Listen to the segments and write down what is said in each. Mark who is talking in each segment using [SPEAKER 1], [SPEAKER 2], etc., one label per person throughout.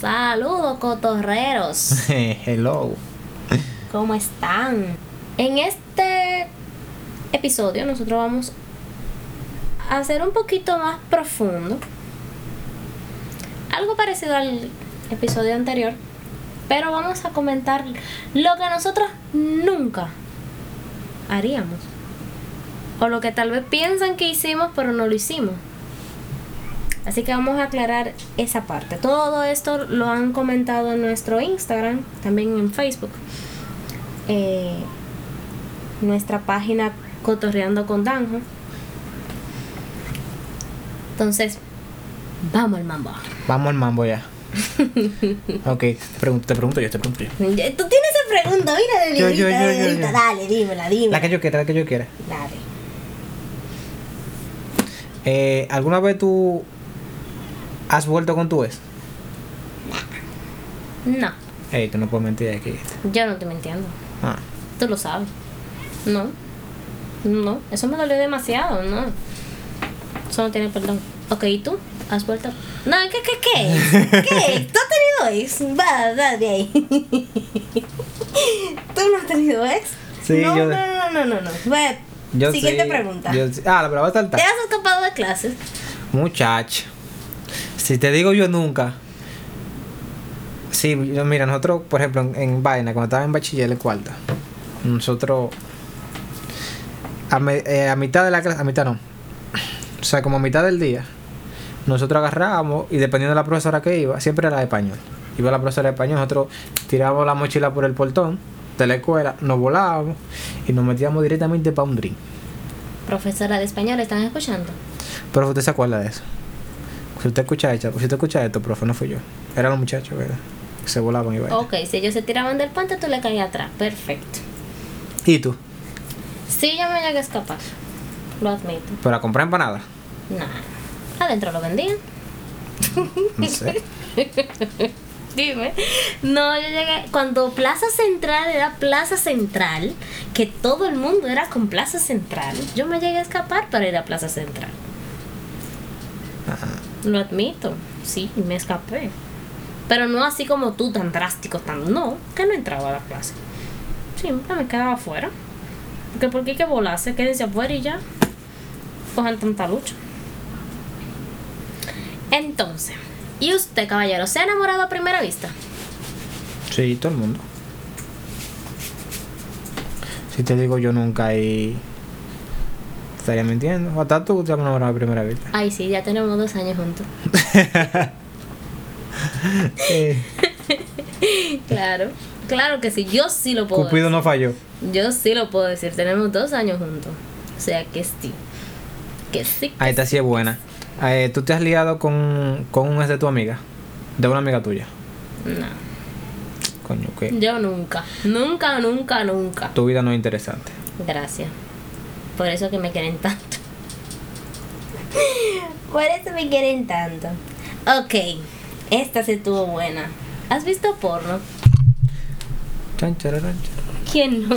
[SPEAKER 1] Saludos cotorreros.
[SPEAKER 2] Hello.
[SPEAKER 1] ¿Cómo están? En este episodio nosotros vamos a hacer un poquito más profundo. Algo parecido al episodio anterior. Pero vamos a comentar lo que nosotros nunca haríamos. O lo que tal vez piensan que hicimos pero no lo hicimos. Así que vamos a aclarar esa parte. Todo esto lo han comentado en nuestro Instagram, también en Facebook. Eh, nuestra página Cotorreando con Danjo. Entonces, vamos al mambo.
[SPEAKER 2] Vamos al mambo ya. ok, te pregunto, te pregunto yo, te pregunto yo.
[SPEAKER 1] Tú tienes esa pregunta, mira de
[SPEAKER 2] Yo,
[SPEAKER 1] librita,
[SPEAKER 2] yo, yo,
[SPEAKER 1] de
[SPEAKER 2] yo,
[SPEAKER 1] librita.
[SPEAKER 2] yo.
[SPEAKER 1] Dale, dímela, dímela.
[SPEAKER 2] La que yo quiera, la que yo quiera.
[SPEAKER 1] Dale.
[SPEAKER 2] Eh, ¿Alguna vez tú has vuelto con tu ex?
[SPEAKER 1] No,
[SPEAKER 2] Ey, tú no puedes mentir aquí.
[SPEAKER 1] yo no te mintiendo.
[SPEAKER 2] Ah.
[SPEAKER 1] Tú lo sabes. No. No, eso me dolió demasiado, no. Eso no tiene perdón. Ok, ¿y tú? ¿Has vuelto? No, ¿qué, qué, qué? ¿Qué? ¿Tú has tenido ex? Va, va de ahí. ¿Tú no has tenido ex?
[SPEAKER 2] Sí,
[SPEAKER 1] no,
[SPEAKER 2] yo-
[SPEAKER 1] no, no, no, no, no. Ve,
[SPEAKER 2] Yo
[SPEAKER 1] siguiente
[SPEAKER 2] sí-
[SPEAKER 1] pregunta.
[SPEAKER 2] yo sí- ah, la pregunta a
[SPEAKER 1] ¿Te
[SPEAKER 2] saltar.
[SPEAKER 1] has escapado de clases?
[SPEAKER 2] Muchacho. Si te digo yo nunca. Sí, yo- mira, nosotros, por ejemplo, en, en vaina, cuando estaba en bachiller en cuarto, nosotros a, me- eh, a mitad de la clase, a mitad no. O sea, como a mitad del día, nosotros agarrábamos y dependiendo de la profesora que iba, siempre era de español. Iba la profesora de español, nosotros tirábamos la mochila por el portón de la escuela, nos volábamos y nos metíamos directamente para un drink.
[SPEAKER 1] Profesora de español, ¿están escuchando?
[SPEAKER 2] Pero usted se acuerda de eso. Si usted escucha esto, si usted escucha esto, profe, no fui yo. Eran los muchachos, ¿verdad? Que se volaban y vaina.
[SPEAKER 1] Ok, si ellos se tiraban del puente, tú le caías atrás. Perfecto.
[SPEAKER 2] ¿Y tú?
[SPEAKER 1] Sí, yo me llegué a escapar. Lo admito.
[SPEAKER 2] ¿Para comprar empanadas?
[SPEAKER 1] Nah. Adentro lo vendían.
[SPEAKER 2] No sé.
[SPEAKER 1] Dime. No, yo llegué. Cuando Plaza Central era Plaza Central, que todo el mundo era con Plaza Central, yo me llegué a escapar para ir a Plaza Central. Lo admito, sí, me escapé. Pero no así como tú, tan drástico, tan. No, que no entraba a la plaza. Siempre me quedaba afuera. Porque ¿por qué que volase? Quédense afuera y ya. Cojan tanta lucha. Entonces, ¿y usted, caballero, se ha enamorado a primera vista?
[SPEAKER 2] Sí, todo el mundo. Si te digo yo nunca y... Estaría mintiendo. Hasta tú te has enamorado de primera vista.
[SPEAKER 1] Ay, sí, ya tenemos dos años juntos.
[SPEAKER 2] Eh,
[SPEAKER 1] Claro, claro que sí, yo sí lo puedo
[SPEAKER 2] Cupido no falló.
[SPEAKER 1] decir. Yo sí lo puedo decir, tenemos dos años juntos. O sea que sí. Que sí.
[SPEAKER 2] Ahí está, sí es buena. Eh, ¿Tú te has liado con, con un ex de tu amiga? De una amiga tuya.
[SPEAKER 1] No,
[SPEAKER 2] Coño, que
[SPEAKER 1] yo nunca, nunca, nunca, nunca.
[SPEAKER 2] tu vida no es interesante.
[SPEAKER 1] Gracias. Por eso que me quieren tanto. Por eso me quieren tanto. Ok, esta se tuvo buena. ¿Has visto porno?
[SPEAKER 2] Chan, chararán, chararán.
[SPEAKER 1] ¿Quién no?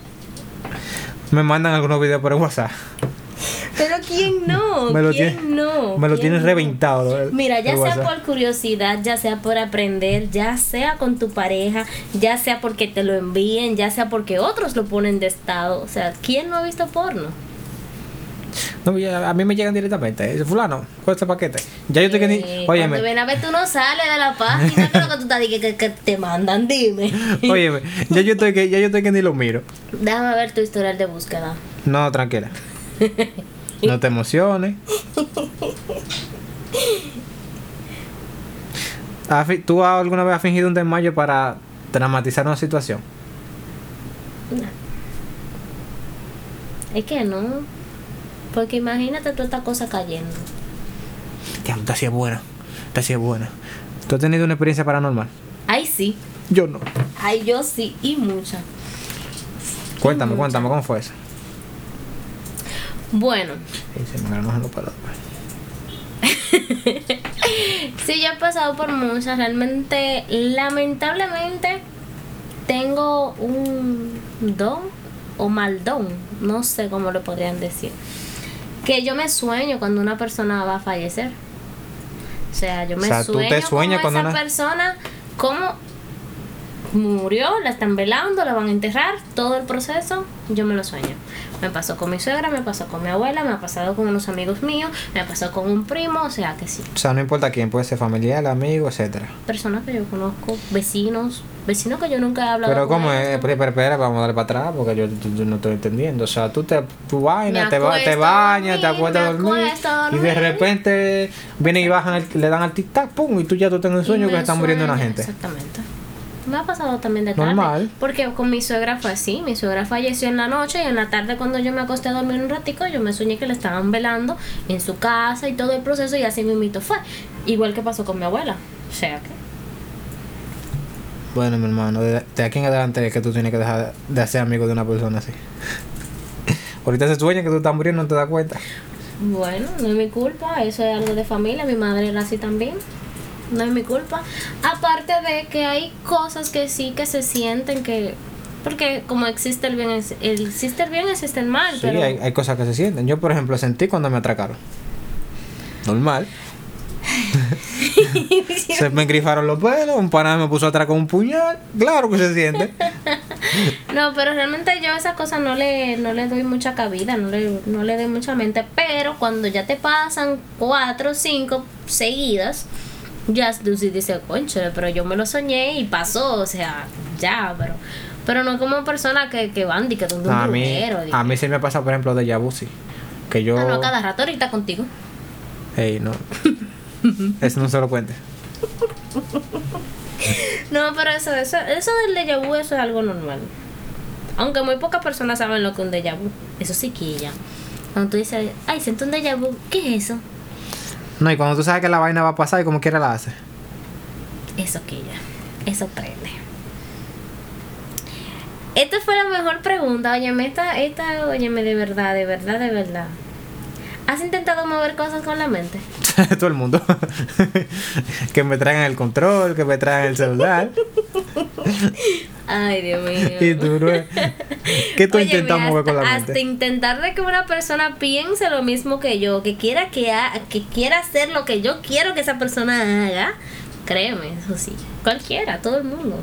[SPEAKER 2] Me mandan algunos videos por el WhatsApp.
[SPEAKER 1] Pero ¿quién no?
[SPEAKER 2] Me lo
[SPEAKER 1] ¿Quién
[SPEAKER 2] tiene-
[SPEAKER 1] no?
[SPEAKER 2] Me lo
[SPEAKER 1] ¿Quién
[SPEAKER 2] tienes
[SPEAKER 1] no?
[SPEAKER 2] reventado. el-
[SPEAKER 1] Mira, ya
[SPEAKER 2] el
[SPEAKER 1] sea
[SPEAKER 2] WhatsApp.
[SPEAKER 1] por curiosidad, ya sea por aprender, ya sea con tu pareja, ya sea porque te lo envíen, ya sea porque otros lo ponen de estado. O sea, ¿quién no ha visto porno?
[SPEAKER 2] No, ya, a mí me llegan directamente. eh, Fulano, ¿cuál es el paquete? Ya yo te
[SPEAKER 1] Eh,
[SPEAKER 2] quedé.
[SPEAKER 1] Cuando
[SPEAKER 2] Óyeme,
[SPEAKER 1] ven a ver, tú no sales de la página. creo que tú estás diciendo que, que te mandan, dime.
[SPEAKER 2] óyeme. Ya yo estoy que, ya yo estoy que ni lo miro.
[SPEAKER 1] Déjame ver tu historial de búsqueda.
[SPEAKER 2] No, tranquila. No te emociones. ¿Has fi- ¿Tú alguna vez has fingido un desmayo para dramatizar una situación?
[SPEAKER 1] Es que no. Porque imagínate toda esta cosa cayendo.
[SPEAKER 2] Diablo, te hacía buena. Te hacía buena. ¿Tú has tenido una experiencia paranormal?
[SPEAKER 1] Ay, sí.
[SPEAKER 2] Yo no.
[SPEAKER 1] Ay, yo sí. Y mucha.
[SPEAKER 2] Cuéntame, cuéntame, ¿cómo fue eso?
[SPEAKER 1] Bueno,
[SPEAKER 2] Ey, se me agarraron los palos.
[SPEAKER 1] Sí, yo he pasado por muchas. Realmente, lamentablemente, tengo un don o mal don. No sé cómo lo podrían decir. Que yo me sueño cuando una persona va a fallecer. O sea, yo me
[SPEAKER 2] O sea, tú te
[SPEAKER 1] sueño con
[SPEAKER 2] sueñas cuando
[SPEAKER 1] esa
[SPEAKER 2] una-
[SPEAKER 1] persona, cómo murió, la están velando, la van a enterrar, todo el proceso, yo me lo sueño. Me pasó con mi suegra, me pasó con mi abuela, me ha pasado con unos amigos míos, me pasó con un primo, o sea que sí.
[SPEAKER 2] O sea, no importa quién, puede ser familiar, amigo, etcétera.
[SPEAKER 1] Personas que yo conozco, vecinos, vecinos que yo nunca he hablado
[SPEAKER 2] Pero
[SPEAKER 1] con
[SPEAKER 2] como
[SPEAKER 1] ellos.
[SPEAKER 2] es, espera, espera, espera, vamos a darle para atrás porque yo, yo- yo no estoy entendiendo. O sea, tú te tu vaina,
[SPEAKER 1] Me
[SPEAKER 2] te, ba- te
[SPEAKER 1] acuesto a
[SPEAKER 2] bañas, te
[SPEAKER 1] dormir,
[SPEAKER 2] acuestas a
[SPEAKER 1] me
[SPEAKER 2] dormir,
[SPEAKER 1] acuesto a
[SPEAKER 2] y de
[SPEAKER 1] dormir.
[SPEAKER 2] repente vienen y bajan, el- le dan al tic tac, pum, y tú ya tú tienes un sueño
[SPEAKER 1] Y
[SPEAKER 2] que
[SPEAKER 1] me
[SPEAKER 2] se están muriendo una
[SPEAKER 1] sueño,
[SPEAKER 2] gente.
[SPEAKER 1] Exactamente. Me ha pasado también de tarde.
[SPEAKER 2] Normal.
[SPEAKER 1] Porque con mi suegra fue así. Mi suegra falleció en la noche y en la tarde cuando yo me acosté a dormir un ratico, yo me soñé que la estaban velando en su casa y todo el proceso y así mismito fue. Igual que pasó con mi abuela. O sea que...
[SPEAKER 2] Bueno, mi hermano, de, de aquí en adelante es que tú tienes que dejar de hacer amigo de una persona así. Ahorita se sueña que tú estás muriendo, no te das cuenta.
[SPEAKER 1] Bueno, no es mi culpa, eso es algo de familia, mi madre era así también. No es mi culpa. Aparte de que hay cosas que sí que se sienten que porque como existe el bien, es- el- existe el bien, existe el mal,
[SPEAKER 2] Sí,
[SPEAKER 1] pero
[SPEAKER 2] hay, hay cosas que se sienten. Yo, por ejemplo, sentí cuando me atracaron. Normal. se me engrifaron los pelos, un pana me puso atrás con un puñal. Claro que se siente.
[SPEAKER 1] No, pero realmente yo a esas cosas no le, no le doy mucha cabida, no le, no le doy mucha mente. Pero cuando ya te pasan cuatro, cinco seguidas, ya tú sí dices, concho, pero yo me lo soñé y pasó, o sea, ya, pero pero no como personas que, que van y que son de un
[SPEAKER 2] a, mí,
[SPEAKER 1] brujero. di-
[SPEAKER 2] a mí se me pasa, por ejemplo, de Yabusi. Que yo.
[SPEAKER 1] Ah, no, a cada rato ahorita contigo.
[SPEAKER 2] Ey, no. Eso no se lo cuente.
[SPEAKER 1] No, pero eso, eso, eso del déjà vu, eso es algo normal. Aunque muy pocas personas saben lo que es un déjà vu. Eso sí quilla. Cuando tú dices, ay, siento un déjà vu, ¿qué es eso?
[SPEAKER 2] No, y cuando tú sabes que la vaina va a pasar y como quiera la hace.
[SPEAKER 1] Eso que ya. Eso prende. Esta fue la mejor pregunta. Óyeme, esta, esta, óyeme, de verdad, de verdad, de verdad. ¿Has intentado mover cosas con la mente?
[SPEAKER 2] Todo el mundo. que me traigan el control, que me traigan el celular.
[SPEAKER 1] Ay, Dios mío.
[SPEAKER 2] y tú, no- ¿Qué tú
[SPEAKER 1] Óyeme,
[SPEAKER 2] intentas mover
[SPEAKER 1] hasta-
[SPEAKER 2] con la
[SPEAKER 1] Hasta
[SPEAKER 2] mente?
[SPEAKER 1] intentar de que una persona piense lo mismo que yo, que quiera, que, ha- que quiera hacer lo que yo quiero que esa persona haga, créeme, eso sí. Cualquiera, todo el mundo.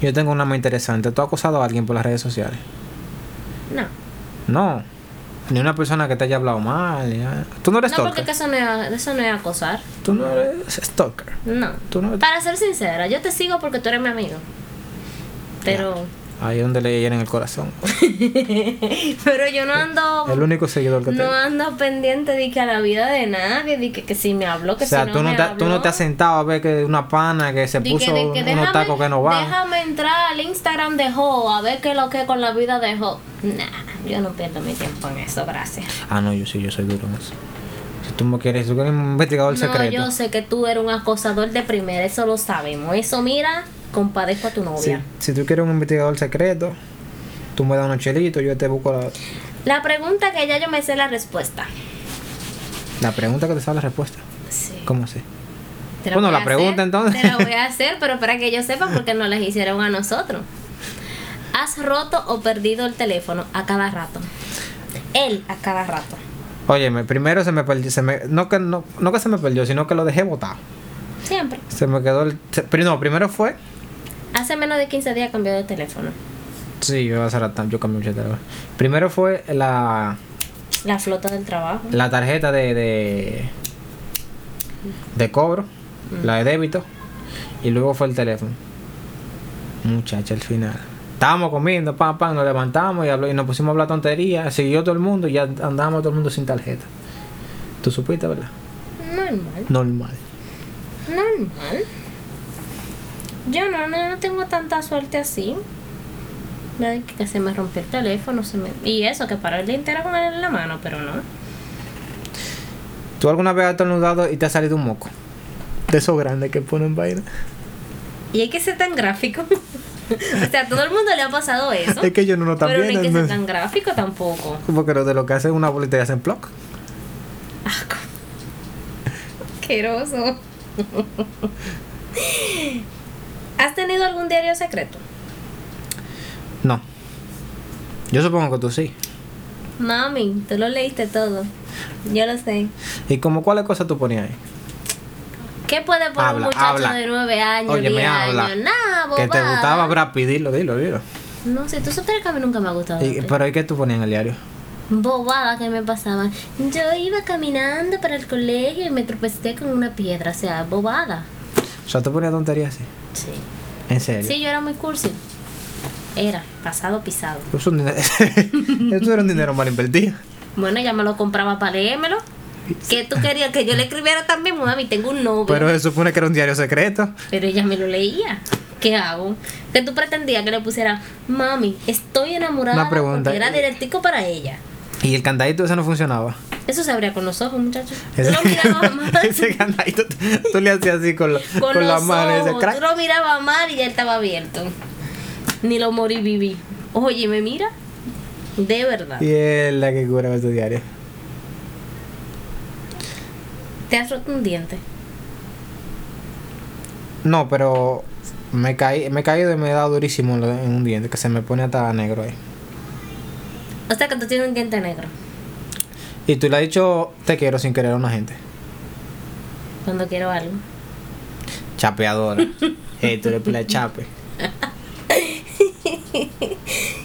[SPEAKER 2] Yo tengo una muy interesante. ¿Tú has acosado a alguien por las redes sociales?
[SPEAKER 1] No.
[SPEAKER 2] No. Ni una persona que te haya hablado mal. ni nada. Tú no eres
[SPEAKER 1] No, porque
[SPEAKER 2] stalker.
[SPEAKER 1] que eso no es- eso no es ¿ah? acosar.
[SPEAKER 2] Tú no eres stalker.
[SPEAKER 1] No.
[SPEAKER 2] Tú no-
[SPEAKER 1] Para ser sincera, yo te sigo porque tú eres mi amigo. Pero
[SPEAKER 2] Ahí es donde le hieren el corazón.
[SPEAKER 1] pero yo no
[SPEAKER 2] El
[SPEAKER 1] ando
[SPEAKER 2] único seguidor que
[SPEAKER 1] no
[SPEAKER 2] tengo.
[SPEAKER 1] ando pendiente de que a la vida de nadie, de que, que si me habló, que
[SPEAKER 2] O sea,
[SPEAKER 1] si no
[SPEAKER 2] tú, no
[SPEAKER 1] me
[SPEAKER 2] te, tú no te has
[SPEAKER 1] habló.
[SPEAKER 2] sentado a ver que una pana que se
[SPEAKER 1] Di que-
[SPEAKER 2] puso
[SPEAKER 1] di que
[SPEAKER 2] unos
[SPEAKER 1] déjame-
[SPEAKER 2] tacos que no van.
[SPEAKER 1] Déjame entrar al Instagram de Jo a ver qué es lo que con la vida de Jo. Nah, yo no pierdo mi tiempo en eso, gracias.
[SPEAKER 2] Ah, no, yo sí, yo soy duro en eso. Si tú me quieres, tú eres un investigador
[SPEAKER 1] No,
[SPEAKER 2] secreto.
[SPEAKER 1] yo sé que tú eres un acosador de primera, eso lo sabemos. Eso mira, compadezco a tu
[SPEAKER 2] si,
[SPEAKER 1] novia.
[SPEAKER 2] si tú quieres un investigador secreto, tú me das unos chelitos, yo te busco la,
[SPEAKER 1] La pregunta que ya yo me sé la respuesta.
[SPEAKER 2] la pregunta que te sabe la respuesta.
[SPEAKER 1] Sí.
[SPEAKER 2] ¿Cómo así?
[SPEAKER 1] Te
[SPEAKER 2] Bueno,
[SPEAKER 1] voy
[SPEAKER 2] la
[SPEAKER 1] a
[SPEAKER 2] pregunta,
[SPEAKER 1] hacer,
[SPEAKER 2] entonces.
[SPEAKER 1] Te la voy a hacer, pero para que ellos sepan porque no las hicieron a nosotros. ¿Has roto o perdido el teléfono a cada rato? Él a cada rato.
[SPEAKER 2] Óyeme, primero se me perdió, se me, no, que, no, no que se me perdió, sino que lo dejé botado.
[SPEAKER 1] Siempre.
[SPEAKER 2] Se me quedó el... se- Pero no, primero fue...
[SPEAKER 1] Hace menos de 15 días cambió de teléfono.
[SPEAKER 2] Sí, yo, hace rato- yo cambié mucho de teléfono. Primero fue la,
[SPEAKER 1] La flota del trabajo.
[SPEAKER 2] la tarjeta de, de, de cobro, la de débito, y luego fue el teléfono. Muchacha, al final. Estábamos comiendo, pam, pam, nos levantamos y, habló- y nos pusimos a hablar tonterías. Siguió todo el mundo y ya andábamos todo el mundo sin tarjeta. ¿Tú supiste, verdad?
[SPEAKER 1] Normal.
[SPEAKER 2] Normal.
[SPEAKER 1] Normal. Yo no, no, no tengo tanta suerte así. Ay, Que que se me rompió el teléfono. Se me... Y eso, que paró el día entero con él en la mano, pero no.
[SPEAKER 2] ¿Tú alguna vez has estornudado y te ha salido un moco? De esos grandes que ponen vaina.
[SPEAKER 1] Y hay que ser tan gráfico. o sea, a todo el mundo le ha pasado eso.
[SPEAKER 2] Es que yo no lo
[SPEAKER 1] pero no hay que
[SPEAKER 2] también.
[SPEAKER 1] ser tan gráfico tampoco.
[SPEAKER 2] Porque lo de lo que hacen una bolita y hacen block.
[SPEAKER 1] Asqueroso. ¿Has tenido algún diario secreto?
[SPEAKER 2] No. Yo supongo que tú sí.
[SPEAKER 1] Mami, tú lo leíste todo. Yo lo sé.
[SPEAKER 2] ¿Y como cuáles cosas tú ponías ahí?
[SPEAKER 1] ¿Qué ¿Qué puede poner
[SPEAKER 2] Habla,
[SPEAKER 1] un muchacho
[SPEAKER 2] habla.
[SPEAKER 1] de 9 años,
[SPEAKER 2] Oye, me
[SPEAKER 1] 10
[SPEAKER 2] habla.
[SPEAKER 1] años? Nada,
[SPEAKER 2] Que te
[SPEAKER 1] bobada.
[SPEAKER 2] gustaba Brad Pitt, dilo, dilo, dilo.
[SPEAKER 1] No sé, tú supieras que a mí nunca me ha gustado.
[SPEAKER 2] Y- pues,
[SPEAKER 1] Brad Pitt.
[SPEAKER 2] pero ¿y qué tú ponías en el diario?
[SPEAKER 1] Bobada que me pasaban. Yo iba caminando para el colegio y me tropecé con una piedra, o sea, bobada.
[SPEAKER 2] O sea, tú ponías tonterías así.
[SPEAKER 1] Sí.
[SPEAKER 2] En serio.
[SPEAKER 1] Sí, yo era muy cursi. Era, pasado pisado.
[SPEAKER 2] Eso, es un dinero- eso era un dinero mal invertido.
[SPEAKER 1] Bueno, ya me lo compraba para leérmelo. ¿Qué tú querías que yo le escribiera también? Mami, tengo un novio.
[SPEAKER 2] Pero se supone que era un diario secreto.
[SPEAKER 1] Pero ella me lo leía. ¿Qué hago? Que tú pretendías que le pusiera, mami, estoy enamorada.
[SPEAKER 2] Una pregunta.
[SPEAKER 1] porque era directico para ella.
[SPEAKER 2] Y el candadito ese no funcionaba.
[SPEAKER 1] Eso se abría con los ojos, muchachos. Tú
[SPEAKER 2] Ese,
[SPEAKER 1] lo mirabas mal.
[SPEAKER 2] ese candadito tú, tú le hacías así con, la-
[SPEAKER 1] Con,
[SPEAKER 2] con la
[SPEAKER 1] los
[SPEAKER 2] mano y decías,
[SPEAKER 1] ojos.
[SPEAKER 2] "Crack".
[SPEAKER 1] Tú lo mirabas mal y ya estaba abierto. Ni lo morí viví. Oye, ¿me mira? De verdad.
[SPEAKER 2] Y es la que curaba ese diario.
[SPEAKER 1] Te has roto un diente.
[SPEAKER 2] No, pero me caí, me he caído y me he dado durísimo en lo- en un diente, que se me pone hasta negro ahí.
[SPEAKER 1] O sea que tú tienes un diente negro.
[SPEAKER 2] Y tú le has dicho te quiero sin querer a una gente.
[SPEAKER 1] Cuando quiero algo.
[SPEAKER 2] Chapeadora. Eh, tú le pilas chape.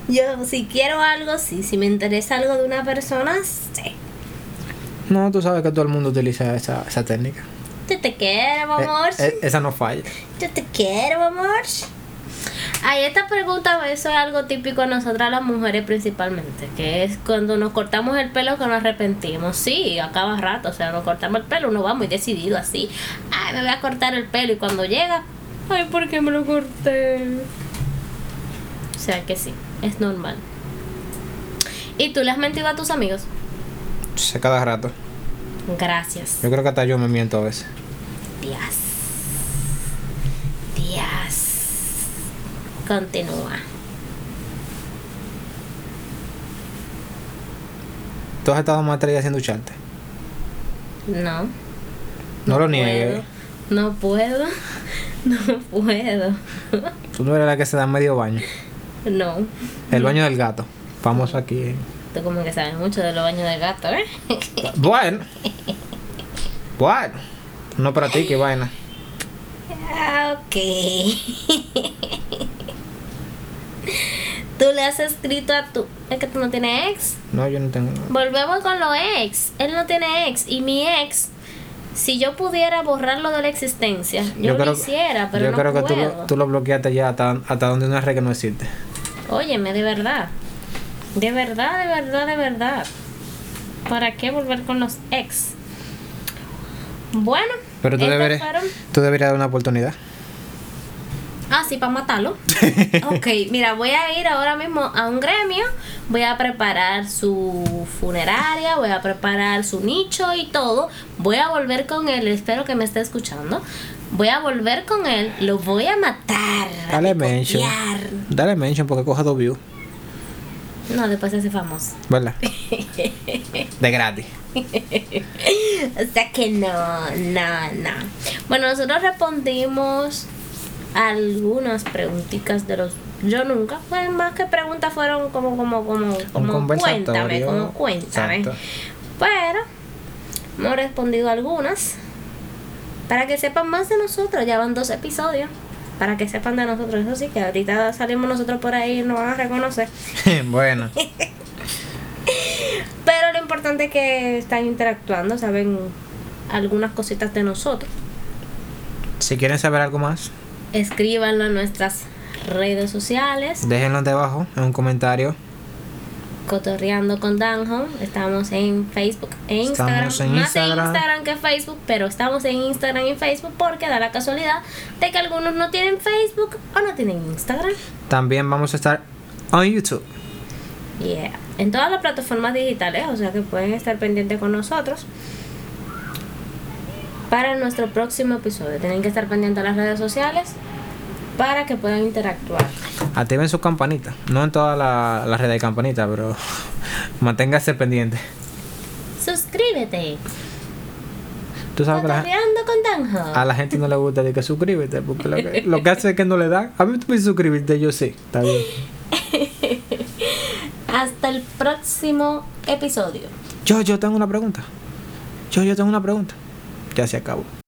[SPEAKER 1] Yo, si quiero algo, sí. Si me interesa algo de una persona, sí.
[SPEAKER 2] No, tú sabes que todo el mundo utiliza esa, esa técnica.
[SPEAKER 1] Yo te quiero,
[SPEAKER 2] Eh,
[SPEAKER 1] amor.
[SPEAKER 2] eh, esa no falla.
[SPEAKER 1] Yo te quiero, amor. Ay, esta pregunta, eso es algo típico de nosotras las mujeres principalmente, que es cuando nos cortamos el pelo que nos arrepentimos. Sí, a cada rato, o sea, nos cortamos el pelo, uno va muy decidido así. Ay, me voy a cortar el pelo y cuando llega, ay, ¿por qué me lo corté? O sea que sí, es normal. ¿Y tú le has mentido a tus amigos?
[SPEAKER 2] Se cada rato.
[SPEAKER 1] Gracias.
[SPEAKER 2] Yo creo que hasta yo me miento a veces.
[SPEAKER 1] Días. Días. Continúa.
[SPEAKER 2] Tú has estado más tres días sin ducharte.
[SPEAKER 1] No.
[SPEAKER 2] No, lo
[SPEAKER 1] puedo.
[SPEAKER 2] niegues.
[SPEAKER 1] No puedo. No puedo.
[SPEAKER 2] Tú no eres la que se da medio baño.
[SPEAKER 1] No.
[SPEAKER 2] El baño del gato. Famoso aquí. eh.
[SPEAKER 1] Tú como que sabes mucho de los baños de gato, ¿eh?
[SPEAKER 2] Bueno. Bueno. No para ti, qué vaina.
[SPEAKER 1] Ah, ok. Tú le has escrito a tu... Es que tú no tienes ex.
[SPEAKER 2] No, yo no tengo.
[SPEAKER 1] Volvemos con lo ex. Él no tiene ex. Y mi ex, si yo pudiera borrarlo de la existencia, yo, lo hiciera, pero
[SPEAKER 2] yo
[SPEAKER 1] no
[SPEAKER 2] creo que tú
[SPEAKER 1] puedo.
[SPEAKER 2] lo, tú lo bloqueaste ya hasta, hasta donde una red que no existe.
[SPEAKER 1] Óyeme, de verdad. De verdad, de verdad, de verdad. ¿Para qué volver con los ex? Bueno,
[SPEAKER 2] Pero tú
[SPEAKER 1] estas
[SPEAKER 2] deberes-
[SPEAKER 1] fueron-
[SPEAKER 2] Tú deberías dar una oportunidad.
[SPEAKER 1] Ah, sí, para matarlo. ok, mira, voy a ir ahora mismo a un gremio. Voy a preparar su funeraria, voy a preparar su nicho y todo. Voy a volver con él, espero que me esté escuchando. Voy a volver con él, lo voy a matar. a
[SPEAKER 2] Dale mention.
[SPEAKER 1] picotear.
[SPEAKER 2] Dale mention porque coja dos views.
[SPEAKER 1] No, después se hace famoso.
[SPEAKER 2] ¿Verdad? De gratis.
[SPEAKER 1] O sea que no, no, no. Bueno, nosotros respondimos algunas preguntitas de los yo nunca, pues más que preguntas fueron como como como como cuéntame, como cuéntame.
[SPEAKER 2] Exacto.
[SPEAKER 1] Pero hemos respondido algunas para que sepan más de nosotros, ya van dos episodios. Para que sepan de nosotros, eso sí, que ahorita salimos nosotros por ahí y nos van a reconocer.
[SPEAKER 2] bueno.
[SPEAKER 1] Pero lo importante es que están interactuando, saben algunas cositas de nosotros.
[SPEAKER 2] Si quieren saber algo más,
[SPEAKER 1] Escríbanlo en nuestras redes sociales.
[SPEAKER 2] déjenlo debajo en un comentario.
[SPEAKER 1] Cotorreando con Danjo. Estamos en Facebook e Instagram.
[SPEAKER 2] Estamos en
[SPEAKER 1] Más en
[SPEAKER 2] Instagram.
[SPEAKER 1] Instagram que Facebook, pero estamos en Instagram y Facebook porque da la casualidad de que algunos no tienen Facebook o no tienen Instagram.
[SPEAKER 2] También vamos a estar en YouTube.
[SPEAKER 1] Yeah. En todas las plataformas digitales, o sea que pueden estar pendientes con nosotros. Para nuestro próximo episodio, tienen que estar pendientes a las redes sociales para que puedan interactuar.
[SPEAKER 2] Activen su campanita. No en todas la- las redes de campanita, pero manténgase pendiente.
[SPEAKER 1] Suscríbete.
[SPEAKER 2] Tú sabes que la, gen-
[SPEAKER 1] Cotorreando con
[SPEAKER 2] a
[SPEAKER 1] Danjo.
[SPEAKER 2] la gente no le gusta de que suscríbete, porque lo que, lo que hace es que no le dan. A mí tú me dices suscribirte, yo sí. Está bien.
[SPEAKER 1] Hasta el próximo episodio.
[SPEAKER 2] Yo, yo tengo una pregunta. Yo, yo tengo una pregunta. Ya se acabó.